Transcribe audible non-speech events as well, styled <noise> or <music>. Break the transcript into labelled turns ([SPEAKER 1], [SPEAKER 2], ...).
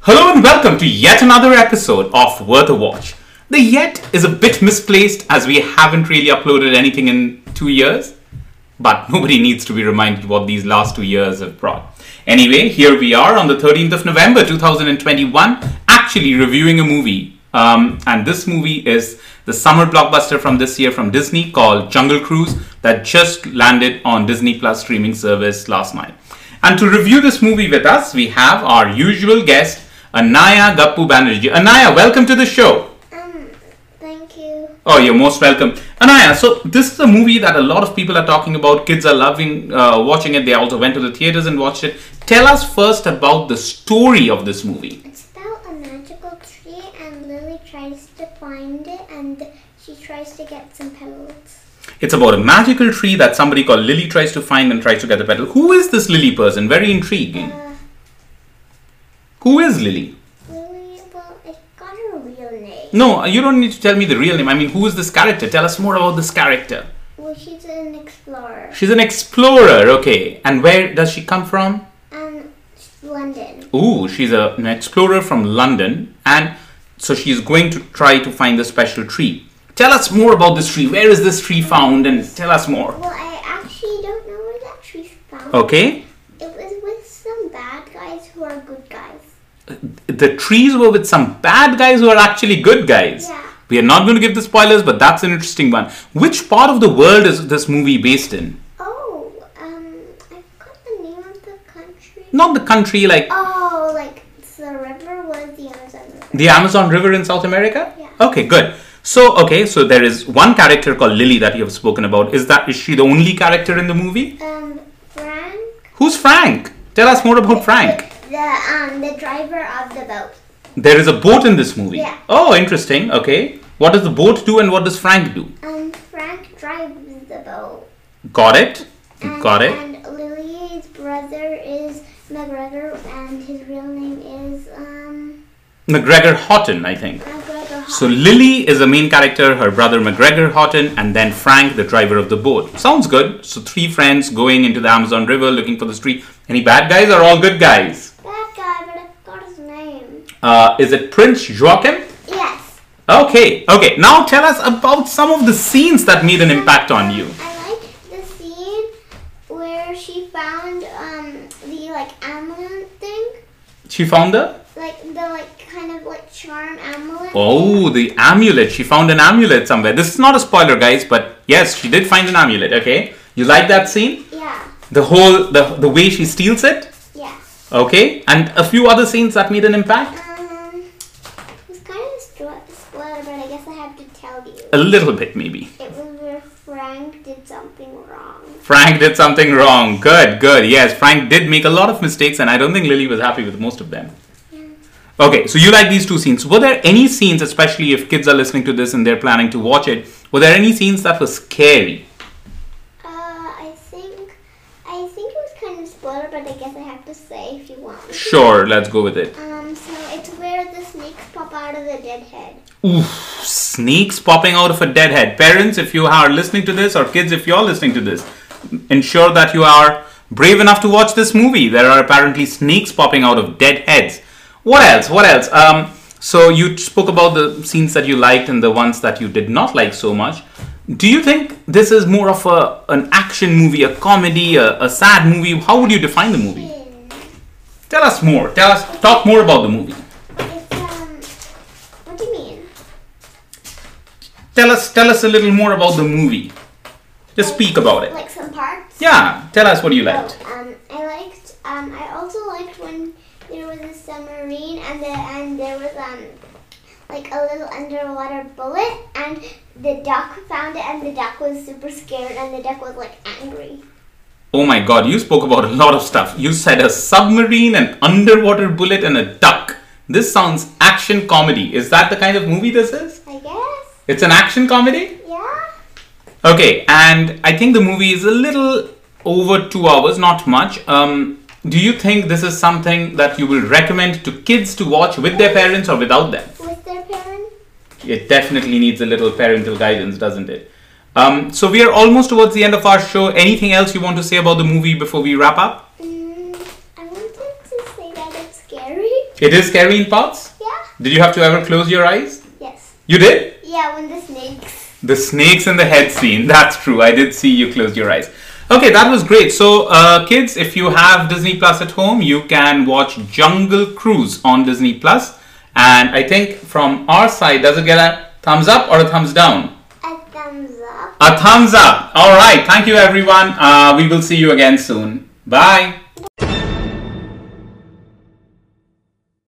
[SPEAKER 1] Hello and welcome to yet another episode of Worth a Watch. The yet is a bit misplaced as we haven't really uploaded anything in two years, but nobody needs to be reminded what these last two years have brought. Anyway, here we are on the 13th of November 2021, actually reviewing a movie. Um, and this movie is the summer blockbuster from this year from Disney called Jungle Cruise that just landed on Disney Plus streaming service last night. And to review this movie with us, we have our usual guest, Anaya Gappu Banerjee. Anaya, welcome to the show.
[SPEAKER 2] Um, thank you.
[SPEAKER 1] Oh, you're most welcome. Anaya, so this is a movie that a lot of people are talking about. Kids are loving uh, watching it. They also went to the theaters and watched it. Tell us first about the story of this movie.
[SPEAKER 2] It's about a magical tree, and Lily tries to find it, and she tries to get some petals.
[SPEAKER 1] It's about a magical tree that somebody called Lily tries to find and tries to get the petal. Who is this Lily person? Very intriguing.
[SPEAKER 2] Uh,
[SPEAKER 1] Who is Lily?
[SPEAKER 2] Lily, well, it got her real name.
[SPEAKER 1] No, you don't need to tell me the real name. I mean, who is this character? Tell us more about this character.
[SPEAKER 2] Well, she's an explorer,
[SPEAKER 1] She's an explorer, okay. And where does she come from?
[SPEAKER 2] and she's London.
[SPEAKER 1] Ooh, she's a, an explorer from London, and so she's going to try to find the special tree. Tell us more about this tree. Where is this tree found? And tell us more.
[SPEAKER 2] Well, I actually don't know where that tree's found.
[SPEAKER 1] Okay,
[SPEAKER 2] It was with some bad guys who are good guys.
[SPEAKER 1] the trees were with some bad guys who are actually good guys.
[SPEAKER 2] Yeah.
[SPEAKER 1] We are not going to give the spoilers, but that's an interesting one. Which part of the world is this movie based in?
[SPEAKER 2] Oh, um, I forgot the name of the country.
[SPEAKER 1] Not the country like
[SPEAKER 2] Oh, like the river was the Amazon River.
[SPEAKER 1] the Amazon River in South America.
[SPEAKER 2] Yeah.
[SPEAKER 1] Okay, good. So okay, so there is one character called Lily that you have spoken about. Is that is she the only character in the movie?
[SPEAKER 2] Um, Frank.
[SPEAKER 1] Who's Frank? Tell us more about Frank.
[SPEAKER 2] The um the driver of the boat.
[SPEAKER 1] There is a boat in this movie.
[SPEAKER 2] Yeah.
[SPEAKER 1] Oh, interesting. Okay. What does the boat do and what does Frank do?
[SPEAKER 2] Um, Frank drives the boat.
[SPEAKER 1] Got it.
[SPEAKER 2] And,
[SPEAKER 1] Got it.
[SPEAKER 2] And Lily's brother is McGregor, and his real name is um
[SPEAKER 1] McGregor Houghton, I think.
[SPEAKER 2] McGregor. Hall.
[SPEAKER 1] So Lily is the main character, her brother McGregor Houghton, and then Frank, the driver of the boat. Sounds good. So three friends going into the Amazon River looking for the street. Any bad guys or all good guys?
[SPEAKER 2] that guy, but I forgot his name.
[SPEAKER 1] Uh, is it Prince Joachim?
[SPEAKER 2] Yes.
[SPEAKER 1] Okay, okay. Now tell us about some of the scenes that made an impact on you.
[SPEAKER 2] Um, I liked the scene where she found um the like amulet thing,
[SPEAKER 1] She found the
[SPEAKER 2] like the like kind of like charm amulet.
[SPEAKER 1] Oh, the amulet. She found an amulet somewhere. This is not a spoiler, guys, but yes, she did find an amulet, okay? You like that scene?
[SPEAKER 2] Yeah.
[SPEAKER 1] The whole the the way she steals it?
[SPEAKER 2] Yeah.
[SPEAKER 1] Okay? And a few other scenes that made an impact?
[SPEAKER 2] Um, it was kind of a spo- spoiler, but I guess I have to tell you.
[SPEAKER 1] A little bit maybe.
[SPEAKER 2] It was where Frank did something wrong.
[SPEAKER 1] Frank did something wrong. Good, good. Yes, Frank did make a lot of mistakes and I don't think Lily was happy with most of them. Okay, so you like these two scenes. Were there any scenes, especially if kids are listening to this and they're planning to watch it, were there any scenes that were scary?
[SPEAKER 2] Uh, I think, I think it was kind of spoiler, but I guess I have to say if you want.
[SPEAKER 1] Sure, let's go with it.
[SPEAKER 2] Um, so it's where the snakes pop out of the dead head.
[SPEAKER 1] Oof, snakes popping out of a dead head. Parents, if you are listening to this, or kids, if you're listening to this, ensure that you are brave enough to watch this movie. There are apparently snakes popping out of dead heads. What else? What else? Um, so you spoke about the scenes that you liked and the ones that you did not like so much. Do you think this is more of a an action movie, a comedy, a, a sad movie? How would you define the movie?
[SPEAKER 2] And
[SPEAKER 1] Tell us more. Tell us. Talk more about the movie.
[SPEAKER 2] It's um, what do you mean?
[SPEAKER 1] Tell us. Tell us a little more about the movie. Just speak about it.
[SPEAKER 2] Like some parts.
[SPEAKER 1] Yeah, tell us what you
[SPEAKER 2] Oh,
[SPEAKER 1] liked.
[SPEAKER 2] um, I liked. Um, I also liked when there was a submarine and the and there was um, like a little underwater bullet and the duck found it and the duck was super scared and the duck was like angry.
[SPEAKER 1] Oh my god, you spoke about a lot of stuff. You said a submarine, an underwater bullet, and a duck. This sounds action comedy. Is that the kind of movie this is?
[SPEAKER 2] I guess.
[SPEAKER 1] It's an action comedy?
[SPEAKER 2] Yeah.
[SPEAKER 1] Okay, and I think the movie is a little over two hours, not much. Um, do you think this is something that you will recommend to kids to watch with their parents or without them?
[SPEAKER 2] With their parents.
[SPEAKER 1] it definitely needs a little parental guidance, doesn't it? Um, so we are almost towards the end of our show. Anything else you want to say about the movie before we wrap up?
[SPEAKER 2] Mm, I wanted to say that it's scary.
[SPEAKER 1] It is scary in parts.
[SPEAKER 2] Yeah?
[SPEAKER 1] Did you have to ever close your eyes?
[SPEAKER 2] Yes.
[SPEAKER 1] You did?
[SPEAKER 2] Yeah, when the snakes.
[SPEAKER 1] The snakes and the head scene. <laughs> That's true. I did see you close your eyes. Okay, that was great. So, uh, kids, if you have Disney Plus at home, you can watch Jungle Cruise on Disney Plus. And I think from our side, does it get a thumbs up or a thumbs down?
[SPEAKER 2] A thumbs up.
[SPEAKER 1] A thumbs up. All right. Thank you, everyone. Uh, we will see you again soon. Bye.